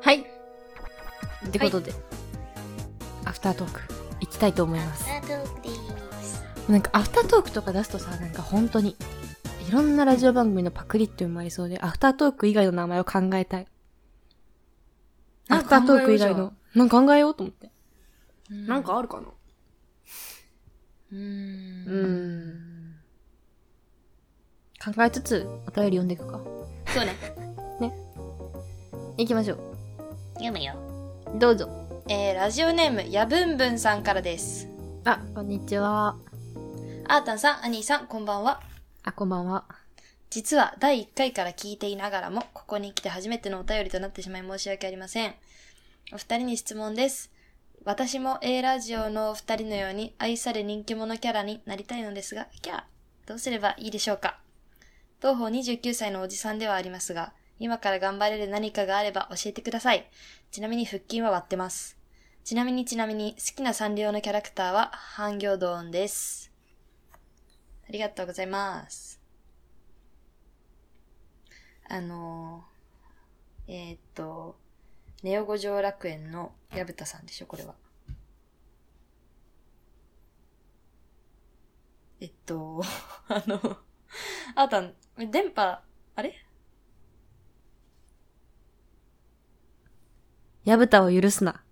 はい。ってことで、アフタートーク、行きたいと思います。アドークです。なんかアフタートークとか出すとさ、なんか本当に、いろんなラジオ番組のパクリって生まれそうで、アフタートーク以外の名前を考えたい。あアフタートーク以考えよ外うじゃの。なんか考えようと思って。なんかあるかなうーん。ん。考えつつ、お便り読んでいくか。そうね。行きましょう。読むよ。どうぞ。えー、ラジオネーム、やぶんぶんさんからです。あ、こんにちは。あーたんさん、アニーさん、こんばんは。あ、こんばんは。実は第1回から聞いていながらも、ここに来て初めてのお便りとなってしまい申し訳ありません。お二人に質問です。私も A ラジオのお二人のように愛され人気者キャラになりたいのですが、キャーどうすればいいでしょうか東方29歳のおじさんではありますが、今から頑張れる何かがあれば教えてください。ちなみに腹筋は割ってます。ちなみにちなみに、好きなサンリオのキャラクターは、半行ドーンです。ありがとうございます。あのー、えーっと、ネオ五条楽園の矢蓋さんでしょ、これは。えっと、 あの、あーたん、電波、あれ矢蓋を許す な。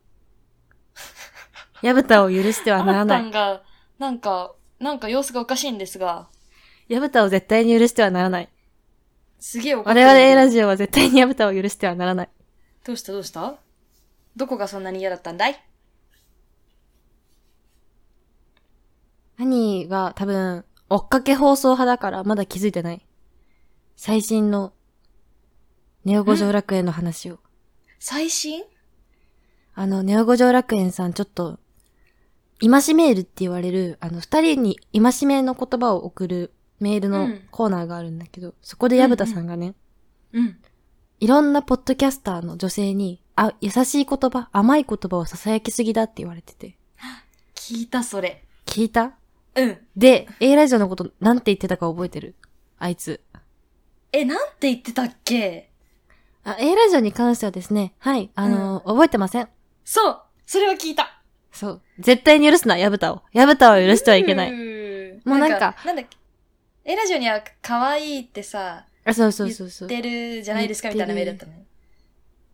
矢蓋を許してはならあーなたいん。が、なんか、なんか様子がおかしいんですが、矢蓋を絶対に許してはならない。すげえおかしい。我々 A ラジジオは絶対に矢蓋を許してはならない。どうしたどうしたどこがそんなに嫌だったんだい兄は多分、追っかけ放送派だからまだ気づいてない。最新の、ネオ五条楽園の話を。最新あの、ネオ五条楽園さんちょっと、今しメールって言われる、あの、二人に今しめの言葉を送るメールうのんコーナーがあるんだけど、そこで矢蓋さんがね、うん。いろんなポッドキャスターの女性に、あ、優しい言葉、甘い言葉を囁きすぎだって言われてて。聞いた、それ。聞いたうん。で、A ラジオのことなんて言ってたか覚えてるあいつ。え、なんて言ってたっけあ、A ラジオに関してはですね、はい、あのー覚えてません。そうそれは聞いたそう。絶対に許すな、矢蓋を。矢蓋を許してはいけなうい。ーもうなんかなんだっけ。え、ラジオには可愛いってさ、あ、そうそうそうそう。出るじゃないですかみたいなメールだったのね。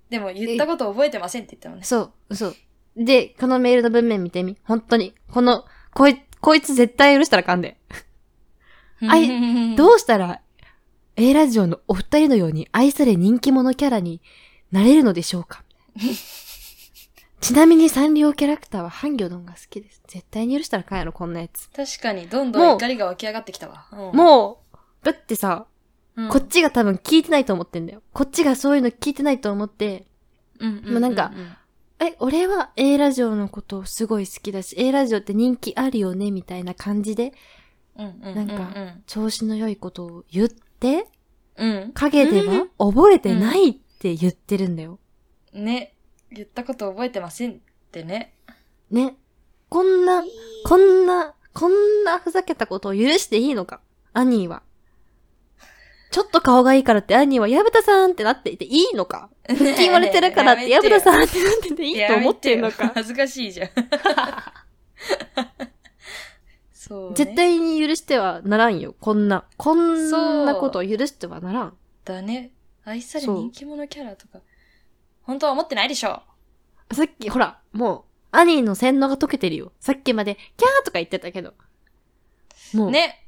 でも言ったこと覚えてませんって言ったのね。そう、そう。で、このメールの文面見てみ。本当に。この、こい、こいつ絶対許したらあかんで。あいうどうしたら、A ラジオのお二人のように愛され人気者キャラになれるのでしょう かちなみにサンリオキャラクターはハンギョドンが好きです。絶対に許したらあかんやろ、こんなやつ。確かに、どんどもんう怒りが湧き上がってきたわ。ももう、だってさ、うん、こっちが多分聞いてないと思ってんだよ。こっちがそういうの聞いてないと思って、うん、うもうなんかうえ、俺は A ラジオのことすごい好きだし、A ラジオって人気あるよね、みたいな感じで、うん、うなんか、調子の良いことを言って、うん。陰では覚えてないって言ってるんだよ。ね、言ったこと覚えてませんってね。ね。こんな、こんな、こんなふざけたことを許していいのか、アニーは。ちょっと顔がいいからってアニーは、矢蓋さんってなっていていいのか腹筋割れてるから って、矢蓋んさんってなってていいと思ってんのやめよか。恥ずかし いじゃん。そう、ね。絶対に許してはならんよ。こんな、こんなそうことを許してはならん。だね。愛されそう人気者キャラとか、本当は思ってないでしょさっき、ほら、もう、アニーの洗脳が解けてるよ。さっきまで、キャーとか言ってたけど。もう、ね。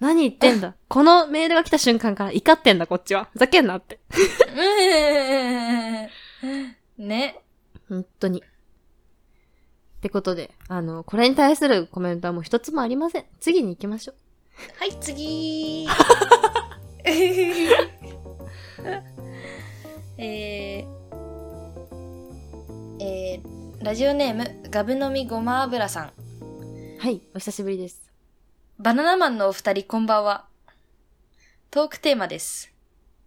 何言ってん だ。このメールが来た瞬間から怒ってんだ、こっちは。ふざけんなって。うん。ね。本当に。ってことで、あの、これに対するコメントはもう一つもありません。次に行きましょう。はい、次ー。 えー、えー、ラジオネーム、ガブ飲みごま油さん。はい、お久しぶりです。バナナマンのお二人、こんばんは。トークテーマです。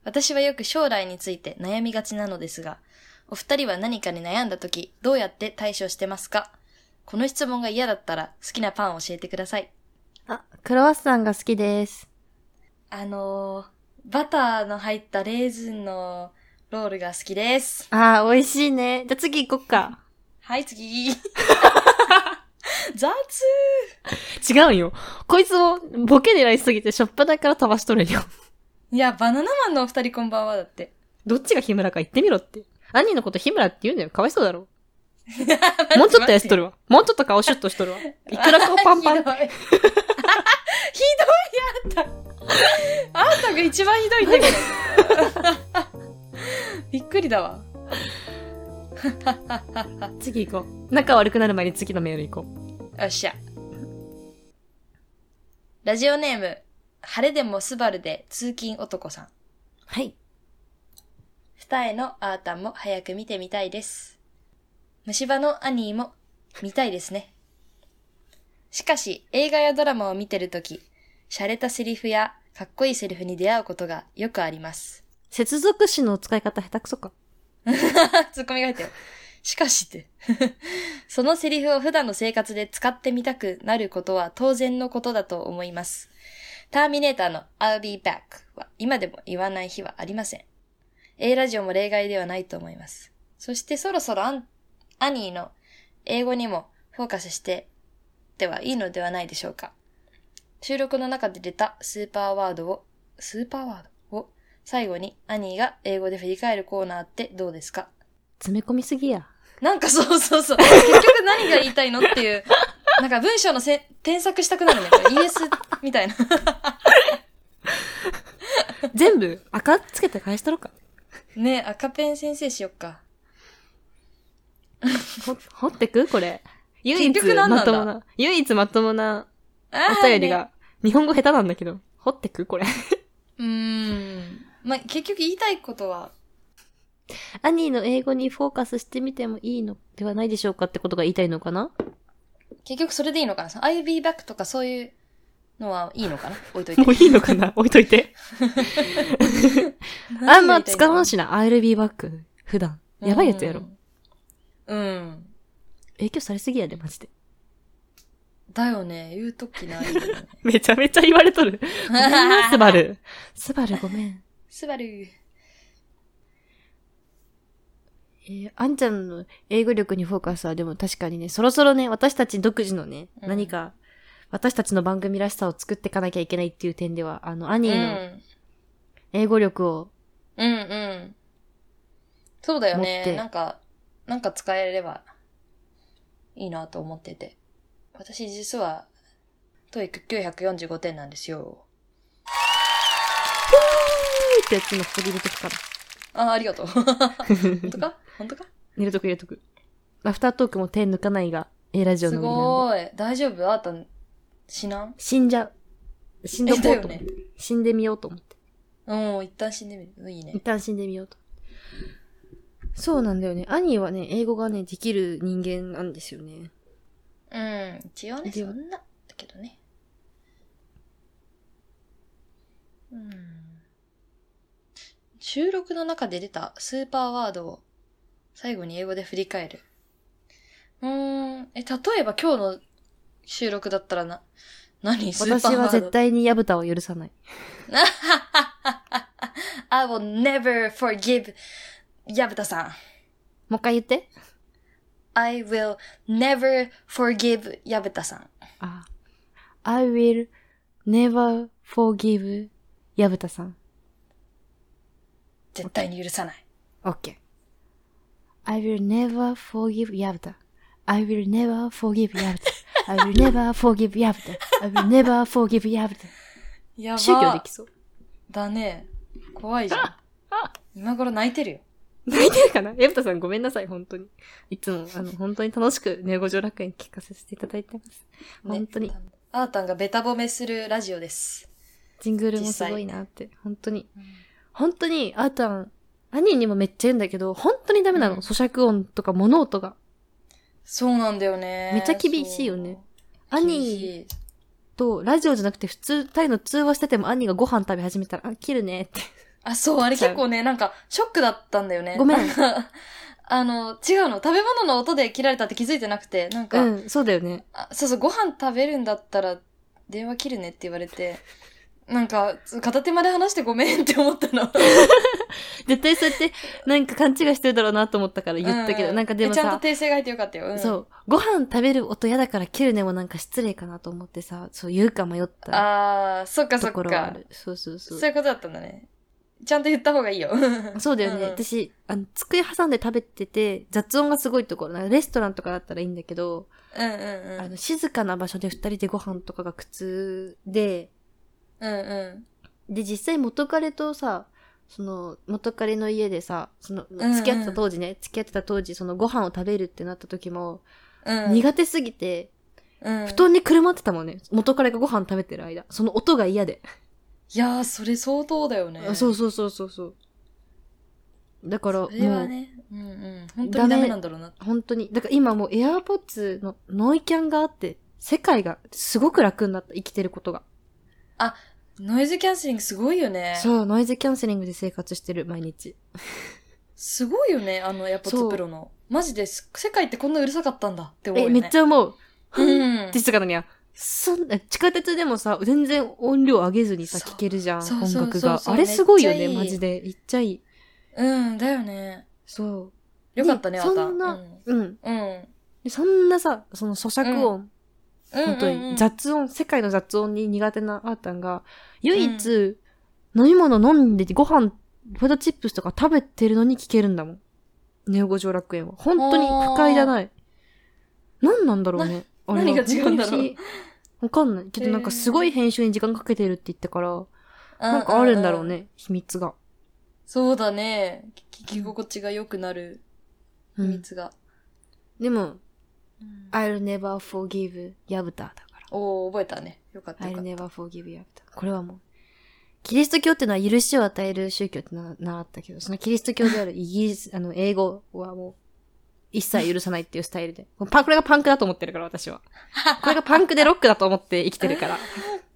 私はよく将来について悩みがちなのですが、お二人は何かに悩んだ時、どうやって対処してますかこの質問が嫌だったら、好きなパンを教えてください。あ、クロワッサンが好きです。あのー、バターの入ったレーズンのロールが好きです。ああ、美味しいね。じゃあ次行こっか。はい、次。 雑違うんよ。こいつもボケ狙いすぎてしょっぱなから飛ばしとるんよ。 いや、バナナマンのお二人こんばんはだって。どっちが日村か言ってみろって。兄のこと日村って言うんだよ。かわいそうだ ろ。もうちょっと痩せとる。るわ。もうちょっと顔シュッとしと るわ。いくら顔パンパンひ。どい。ひどい、あんた。あんたが一番ひどいんだけど。 びっくりだわ。次行こう。仲悪くなる前に次のメール行こう。よっしゃ。ラジオネーム、晴れでもスバルで通勤男さん。はい。二重のあーたんも早く見てみたいです。虫歯のアニーも見たいですね。しかし、映画やドラマを見てるとき、洒落たセリフやかっこいいセリフに出会うことがよくあります。接続詞の使い方下手くそか。 ツッコミが入ったよ。しかしって。 そのセリフを普段の生活で使ってみたくなることは当然のことだと思います。ターミネーターの I'll be back は今でも言わない日はありません。A ラジオも例外ではないと思います。そしてそろそろアンアニーの英語にもフォーカスしてではいいのではないでしょうか。収録の中で出たスーパーワードを、スーパーワードを最後にアニーが英語で振り返るコーナーってどうですか詰め込みすぎ や。なんかそうそう そう。結局何が言いたいのっていう。なんか文章のせ添削したくなるね。これ ES み たいな。全部赤つけて返しとろうか。ねえ赤ペン先生しよっか。ほ、掘ってくこれ。唯一結局何なまんだともな、唯一まともなあおー便りねが、日本語下手なんだけど。掘ってくこれ。うーん。まあ、結局言いたいことは、アニーの英語にフォーカスしてみてもいいのではないでしょうかってことが言いたいのかな結局それでいいのかなその ?I'll be back とかそういうのはいいのかな置いとい て。もういいのかな置いといて。 あん何がま言いたいの使わんしな。I'll be back。普段。やばいやつやろ。。うん。うん影響されすぎやで、マジで。だよね。言うときないよ ね。 めちゃめちゃ言われ とる。ごめんな、スバル。スバルごめん。スバル。えー、あんちゃんの英語力にフォーカスはでも確かにね、そろそろね、私たち独自のね、うん何か、私たちの番組らしさを作っていかなきゃいけないっていう点では、あの、アニーの英語力を、 うんうん。そうだよ持っね。てなんか、なんか使えればいいなと思ってて。私実は、トイック945点なんですよ。ピーってやつのここで入れとくから。ああ、ありがとう。 本 当か本当か入れとく入れとく。アフタートークも手抜かないが、A ラジオすの売りなんで。ごーい。大丈夫あーたん、死なん死んじゃう。死んどこうと思って、えだよ死んでみようと思って。うん、一旦死んでみる。いい一ね。旦死んでみようと。そうなんだよね。兄はね、英語がね、できる人間なんですよね。うん、一応ね、でそもんな、だけどね。うん。収録の中で出たスーパーワードを最後に英語で振り返る。うーん、え、例えば今日の収録だったらな、何スー私パーワードは絶対にヤブタを許さない。 I will never forgive 矢蓋さん。もう一回言って。 I will never forgive 矢蓋さん。あ。I will never forgive ヤブタさん。絶対に許さない。 OK。I will never forgive ヤブタ。I will never forgive ヤブタ。I will never forgive ヤブタ。I will never forgive ヤ ブタ。やば宗教できそう。だね。怖いじ ゃん。今頃泣いてるよ。泣いてるかなエブタさんごめんなさい、本当に。いつも、 あの、本当に楽しく、ネゴ上楽園聞かせていただいてます。ね本当に。。あーたんがベタ褒めするラジオです。ジングルもすごいなって、本当に。本当に、あーたん、兄にもめっちゃ言うんだけど、本当にダメなの。うん咀嚼音とか物音が。そうなんだよね。めっちゃ厳しいよねそう。兄兄。と、ラジオじゃなくて普通、二人の通話してても兄がご飯食べ始めたら、あ、切るねって。あ、そう、あれ結構ね、なんか、ショックだったんだよね。ごめんなか。 あの、違うの。食べ物の音で切られたって気づいてなくて、なんか、うん、そうだよね。あそうそう、ご飯食べるんだったら、電話切るねって言われて、なんか、片手まで話してごめんって思ったの。絶対そうやって、なんか勘違いしてるだろうなと思ったから言ったけど、うなんかでもちゃんとさ、訂正が入ってよかったよ。うんそう、ご飯食べる音嫌だから切るねもなんか失礼かなと思ってさ、そう言うか迷ったあー、そっかそとっころはあか。る。そうそうそそうういうことだったんだね。ちゃんと言った方がいい よ。そうだよね。うんうん私、あの、机挟んで食べてて、雑音がすごいところ、なんかレストランとかだったらいいんだけど、うんうんうん。あの、静かな場所で二人でご飯とかが苦痛で、うんうん。で、実際元彼とさ、その、元彼の家でさ、その、んうん付き合ってた当時ね、付き合ってた当時、そのご飯を食べるってなった時も、うん、苦手すぎて、うん、布団にくるまってたもんね。元彼がご飯食べてる間。その音が嫌で。いやー、それ相当だよね。あそうそそうそうそうそう。だから、れはもう、ね、うんうん。本当にダメなんだろうな。本当に。だから今もう AirPods のノイキャンがあって、世界がすごく楽になった、生きてることが。ノイズキャンセリングすごいよね。そう、ノイズキャンセリングで生活してる、毎日。すごいよね、あの、エアポッそツうプロの。マジです、世界ってこんなうるさかったんだって思うえ、よね。めっちゃ思う。うん。静かなにゃ。そんな、地下鉄でもさ、全然音量上げずにさ、そう聴けるじゃん、そう音楽そうそうが。そうあれすごいよめね、っちゃいいマジで。いっちゃいい。うん、だよね。そよかったね、であなた。そんなうん。う。うん。うん。でそんなさ、その咀嚼音、本当うんうんうにん雑音、世界の雑音に苦手なあーたんが、唯一、飲み物飲んでてご飯、ポテトチップスとか食べてるのに聞けるんだもん。ネオ五条楽園は。本当に不快じゃない。何なんだろうね。あれは何が違うんだろ本当に不う思議わかんない。けどなんかすごい編集に時間かけてるって言ったから、ななんかあるんだろう。ね、秘密が。そうだね。聞き心地が良くなるう秘ん、密が。でも、うん、 I'll never forgive ヤブタだから。おー、覚えたね。よかった I'll よかった。 never forgive you. これはもう、キリスト教ってのは許しを与える宗教ってな習ったけど、そのキリスト教であるイギリス、あの、英語はもう、一切許さないっていうスタイルで。これパンこれがパンクだと思ってるから、私は。これがパンクでロックだと思って生きてるから。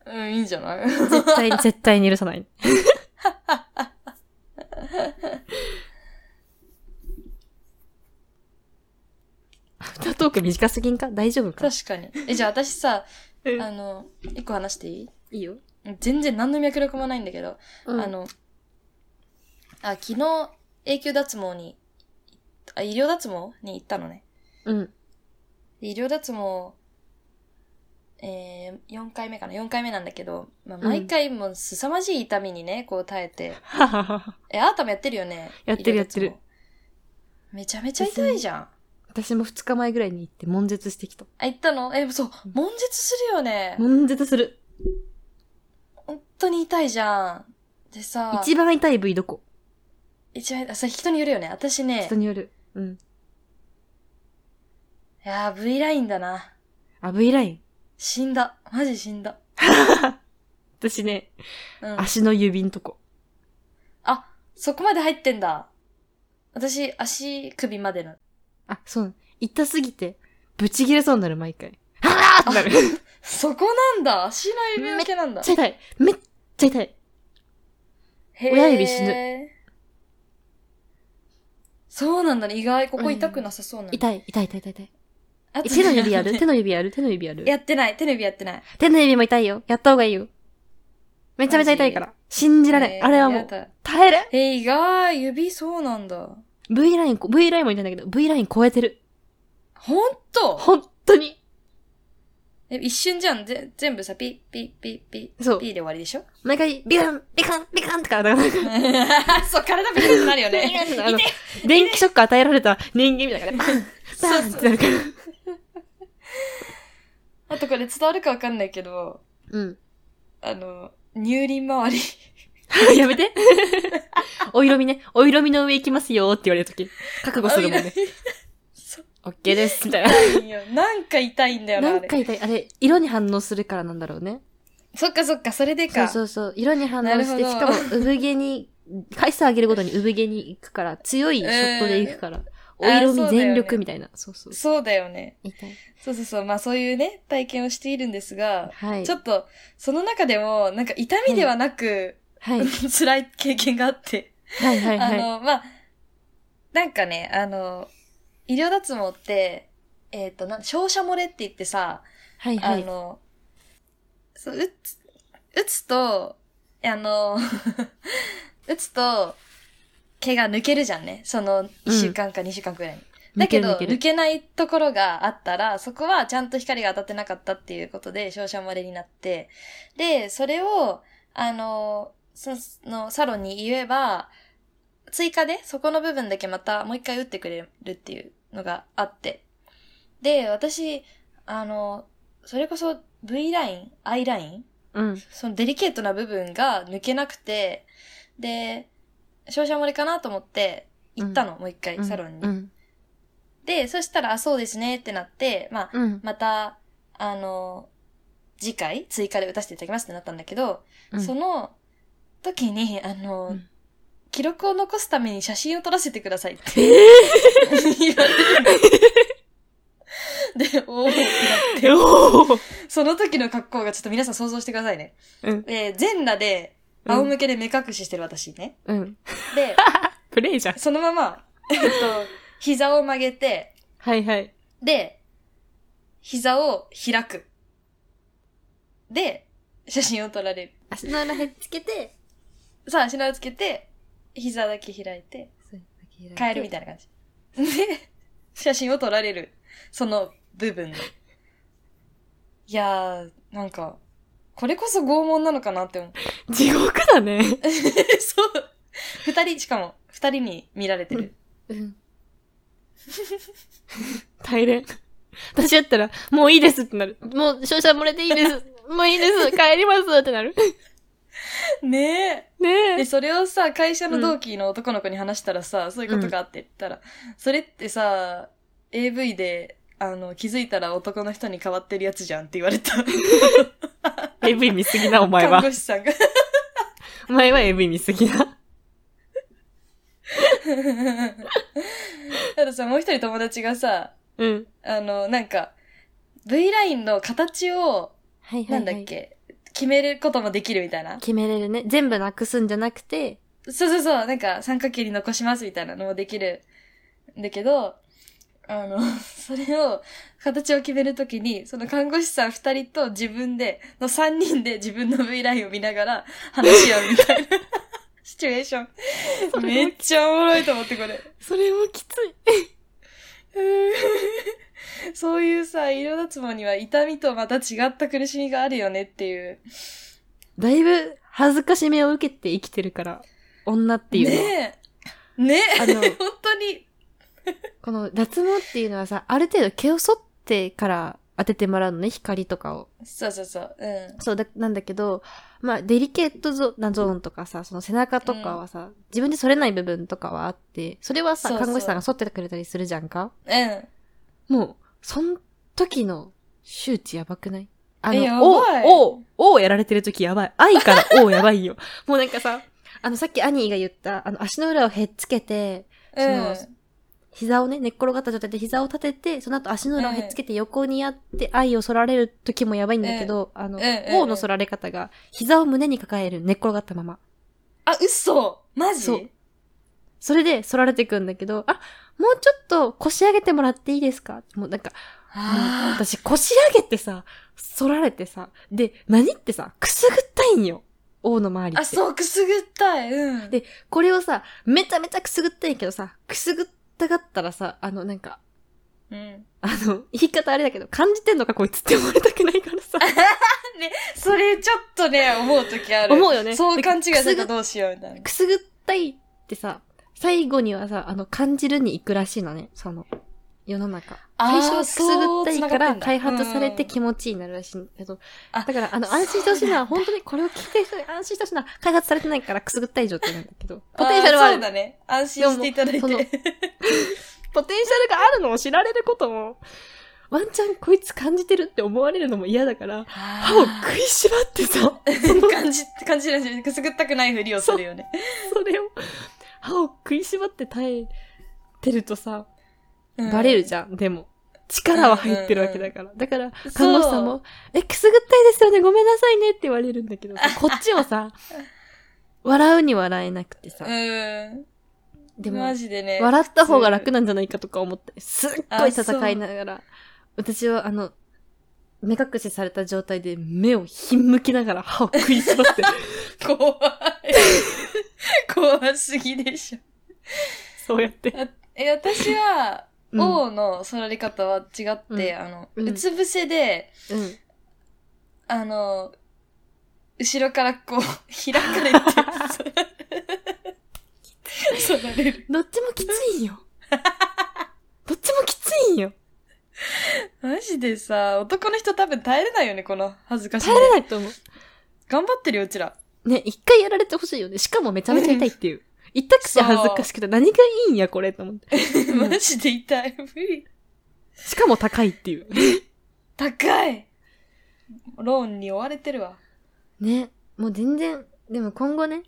うん、いいんじゃない絶 対に、絶対に許さない。アフタートーク短すぎんか大丈夫か 確かに。え、じゃあ私さ、うんあの、一個話していいいいよ。全然何の脈絡もないんだけど、ああの、の、あ、昨日、永久脱毛に、あ、医療脱毛に行ったのね。うん。で医療脱毛、えー、4回目かな ?4 回目なんだけど、まあ、ん毎回もう凄まじい痛みにね、こう耐えて。はははは。え、あーたもやってるよねやってる医療脱毛やってめちゃめちゃ痛いじゃん。 私も2日前ぐらいに行って悶絶してきた。あ、行ったのえ、そう、悶絶するよね。 悶絶する。本当に痛いじゃん。でさ、一番痛い部位どこ一番、あ、それ人によるよね。私ね人、による。うん。いやー、V ラインだな。あ、V ライン。死んだ。マジ死んだ。私ね、うん。足の指んとこ。あ、そこまで入ってんだ。私、足首までの。あ、そう。痛すぎて、ぶち切れそうになる、毎回。はぁー ってなる。めっそこなんだ足の指だけなんだちゃ。痛い。めっちゃ痛い。へー親指死ぬ。そうなんだね。意外、ここ痛くなさそうなの。痛い、痛い、痛い、痛い。痛いあえと 手の指や る手やの指やる手の指やるってない。手の指やってない。手の指も痛いよ。やった方がいいよ。めちゃめちゃ痛いから。信じられへん。ーあれはもやうだ、耐えれん。えー、意外、指そうなんだ。 V ライン、V ラインも痛いんだけど、V ライン超えてる。ほんと本当に。え一瞬じゃん。ぜ全部さ、ピッ、ピッ、ピッ、ピッ、そうピッで終わりでしょ 毎回、ビカン、ビカン、ビカンってか、なんかそう、体ビクッとなるよね。あの、電気ショック与えられた人間みたいなね、バ ンバンってなるから。 あとこれ伝わるかわかんないけど、うん。あの、乳輪周 り。やめて。お色味ね、お色味の上行きますよって言われるとき、覚悟するもんね。オッケーです、みたいな。痛いよ なんか痛いんだよな、なあんかれ。痛い、あれ、色に反応するからなんだろうね。そっかそっか、それでそうか。そうそう、色に反応して、なるしほかども、産毛に、回数上げるごとに産毛に行くから、強いショットで行くから、お色あーそうだよ味ね全力みたいな。そうそう。そうだよね。痛い。そうそうそう。まあそういうね、体験をしているんですが、はいちょ。っと、その中でも、なんか痛みではなく、はい。 辛い経験があって、はいはいあはい。の、まあ、なんかね、あの、医療脱毛って、えっ、と、なん照射漏れって言ってさ、はいはあい。の、そう、打つ、打つと、あの、 打つと、毛が抜けるじゃんね。その、1週間か2週間くらいに。だけど、抜ける抜抜けるけないところがあったら、そこはちゃんと光が当たってなかったっていうことで、照射漏れになって、で、それを、あの、その、サロンに言えば、追加で、そこの部分だけまた、もう一回打ってくれるっていうのがあって。で、私、あの、それこそ V ライン、I ラインうん。そのデリケートな部分が抜けなくて、で、照射漏れかなと思って、行ったの、もう一回、サロンに。うん。で、そしたら、あ、そうですねってなって、まあ、 うん。また、あの、次回、追加で打たせていただきますってなったんだけど、うんその時に、あの、うん記録を残すために写真を撮らせてくださいってえ言われ て。で、おーってなってー、おーその時の格好がちょっと皆さん想像してくださいね。うん。えー全裸で、仰向けで目隠ししてる私ね。うん。で、プレイじゃん。そのまま、 えっと、膝を曲げて、はいはい。で、膝を開く。で、写真を撮られ足の裏へっつけて、る。さあ、足の裏つけて、膝だけ開いて、変えるみたいな感じ。で、写真を撮られる。その部分の。いやー、なんか、これこそ拷問なのかなって思う。 地獄だね。そう。二人、しかも、二人に見られてる。うん。大連。私やったら、もういいですってなる。もう、照射漏れていいです。もういいです。帰りますってなる。ねえ。ね で、え。それをさ、会社の同期の男の子に話したらさ、そういうことがあって言ったら、それってさ、AV で、あの、気づいたら男の人に変わってるやつじゃんって言われた。 AV 見すぎな、お前看は護。師さんが。 お前は AV 見すぎな。あとさ、もう一人友達がさ、うん。あの、なんか、V ラインの形を、はいはい、は。ないんだっけ、決めることもできるみたいな。決めれるね。全部なくすんじゃなくて、そうそうそう、なんか三角形に残しますみたいなのもできるんだけど、あの、 それを、形を決めるときに、その看護師さん二人と自分で、の三人で自分の V ラインを見ながら話し合うみたいな シチュエーショそン。れめっちゃおもろいと思って、これ。それもきつい。そういうさ、医療脱毛には痛みとまた違った苦しみがあるよねっていう。だいぶ恥ずかしめを受けて生きてるから、女っていうのは。ねえ。ねえ。あ本の当に。この脱毛っていうのはさ、ある程度毛を剃ってから当ててもらうのね、光とかを。そうそうそう。うん。そうだ、なんだけど、まあ、デリケートゾなゾーンとかさ、その背中とかはさ、自分で剃れない部分とかはあって、それはさ、そうそう看護師さんが剃ってくれたりするじゃんかうん。もう、そん時の周知やばくないあえやばい O、O、O やられてる時やばい。愛から O やばいよ。 もうなんかさ、あの、さっき兄が言った、あの、足の裏をへっつけて、そのうん。膝をね、寝っ転がった状態で膝を立てて、その後足の裏をへっつけて横にやって、愛を反られる時もやばいんだけど、あの、うんうんうん O の反られ方が、膝を胸に抱える、寝っ転がったまま。あ、嘘マジそうそれで反られていくんだけど、あ、もうちょっと腰上げてもらっていいですかもうなんか、もうあー私腰上げてさ、反られてさ、で、何ってさ、くすぐったいんよ。O の周りって。あ、そう、くすぐったい。うん。でこれをさ、めちゃめちゃくすぐったいけどさ、くすぐったがったらさ、あの、なんか、うん。あの、言い方あれだけど、感じてんのかこいつって思われたくないから さ。それ、ちょっとね、思うときある。思うよねそう勘違いするくすぐとどうしようみたいな。くすぐったいってさ、最後にはさ、あの、感じるに行くらしいのね、その、世の中。あ最ー初はくすぐったいそうか繋がってらんだ開発されうてん気持ちいいになるらしいんだけど、あだから、あの、安心してほしいのは、本当にこれを聞いてる人に安心してほしいのは、開発されてないからくすぐったい状態なんだけど、ポテンシャルはあーあそうる。だね。安心していただいでもそのて。ポテンシャルがあるのを知られることも、ワンチャンこいつ感じてるって思われるのも嫌だから、歯を食いしばって さ、感じ、感じるし、くすぐったくないふりをするよね。それを、歯を食いしばって耐えてるとさ、うんバレるじゃん、でも。力は入ってるわけだから。だから、看護師さんそも、え、くすぐったいですよね、ごめんなさいねって言われるんだけどさ、こっちもさ、笑うに笑えなくてさ、うん。でもマ、ジでね。笑った方が楽なんじゃないかとか思って、すっごい戦いながら、私はあの、目隠しされた状態で目をひんむきながら歯を食いしば って、怖い。怖すぎでしょ。そうやって。え、私は、うん王の座り方は違って、あの、うんうつ伏せで、うん。あの、後ろからこう、 開かれて、座れる。どっちもきついんよ。 どっちもきついんよ。マジでさ、男の人多分耐えれないよね、この恥ずかしい耐え。れないと思頑張ってるよ、うちら。う。ね、一回やられてほしいよね。しかもめちゃめちゃ痛いって いう。痛くて恥ずかしくて何がいいんや、これ、と思って。んマジで痛い。無理。しかも高いっていう。高いローンに追われてるわ。 ね、もう全然、でも今後ね、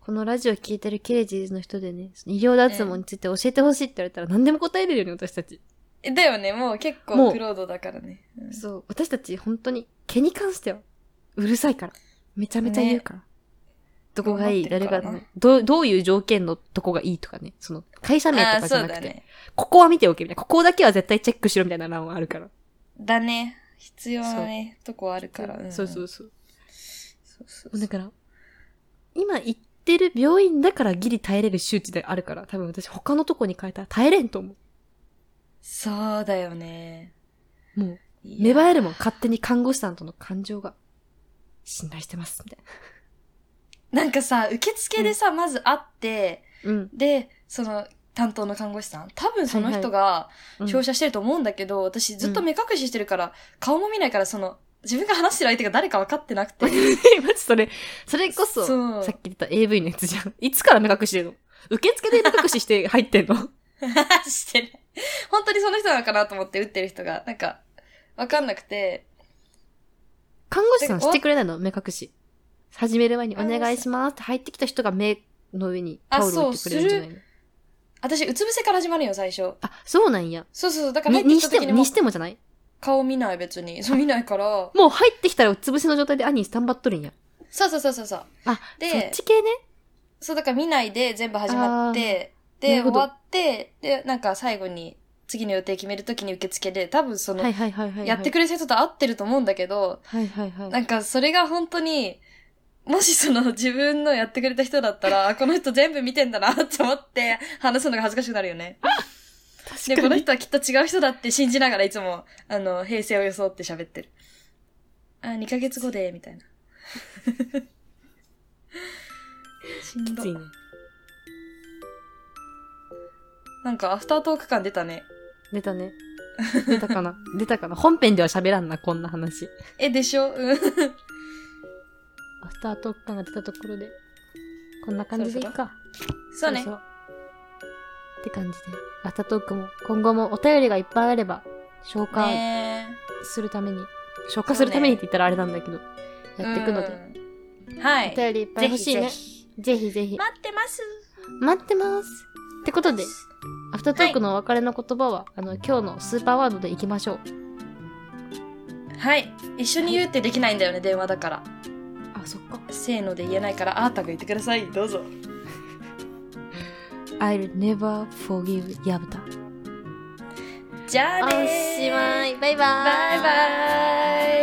このラジオ聞いてるケレジーズの人でね、その医療脱毛について教えてほしいって言われたら何でも答えれるよね、私たち。えだよね、もう結も構うクロードだからね。うんそう、私たち本当に毛に関してはうるさいから。めちゃめちゃ言うから。どこがいい、頑張って誰るからがなどう、どういう条件のとこがいいとかね、その会社名とあかあ、じゃそなうくだて、ね。ここは見ておけみたいな、ここだけは絶対チェックしろみたいな欄はあるから。だね。必要なね、とこあるから。んそうそうそう。そうそうだから、今行ってる病院だからギリ耐えれる周知であるから、多分私他のとこに変えたら耐えれんと思そうだよね。う。もう、いや芽生えるもん、勝手に看護師さんとの感情が。信頼してます、みたいなんかさ、受付でさ、まず会って、な。 うん。で、その、担当の看護師さん。多分その人が照射してると思うんだけど、私ずっと目隠ししてるから、顔も見ないから、その、自分が話してる相手が誰か分かってなくて。え、マジそれ、それこ そ、そうさっき言った AV のやつじゃん。いつから目隠してるの受付で目隠しして入ってんの してない。本当にその人なのかなと思って打ってる人が、なんか、わかんなくて、看護師さんしてくれないの目隠し。始める前にお願いしますって入ってきた人が目の上にタオルを置いてくれるんじゃないの私、うつ伏せから始まるよ、最初。あ、そうなんや。そうそうそう、だからに入ってにきたして時も、にもにうしてもじゃない顔見ない、別に。そう、見ないから。もう入ってきたらうつ伏せの状態で兄スタンバっとるんや。そうそうそうそうそう。あ、でそっち系ね。そう、だから見ないで全部始まって、なで、るほ終どわって、で、なんか最後に、次の予定決めるときに受付で、多分その、はいはいはいはいはい。やってくれる人と合ってると思うんだけど、はいはいはい。なんかそれが本当に、もしその自分のやってくれた人だっ たら、あこの人全部見てんだなって思って話すのが恥ずかしくなるよね。で、この人はきっと違う人だって信じながらいつも、あの、平成を装って喋ってる。あ、2ヶ月後で、みたいな。しんどきついね。なんかアフタートーク感出たね。出たね。出た かな出たかな本編では喋らんな、こんな話。え、でしょ うん。アフタートーク感が出たところで、こんな感じでいいか。そうねろ。ろって感じで、アフタートークも、今後もお便りがいっぱいあれば、消化ねするために、消化するためにって言ったらあれなんだけど、えやっていくので、うんおはい。便りいっぱい欲しいね。ぜひぜぜひぜひひ。待ってます。待ってます。ってことで、アフタートークのお別れの言葉は、あの、今日のスーパーワードでいきましょう。はい。一緒に言うってできないんだよね、電話だから。あ、そっか。せーので言えないから、あーたが言ってください。どうぞ。 I'll never forgive ヤブタ。じゃあねー。い。バイババイバイ。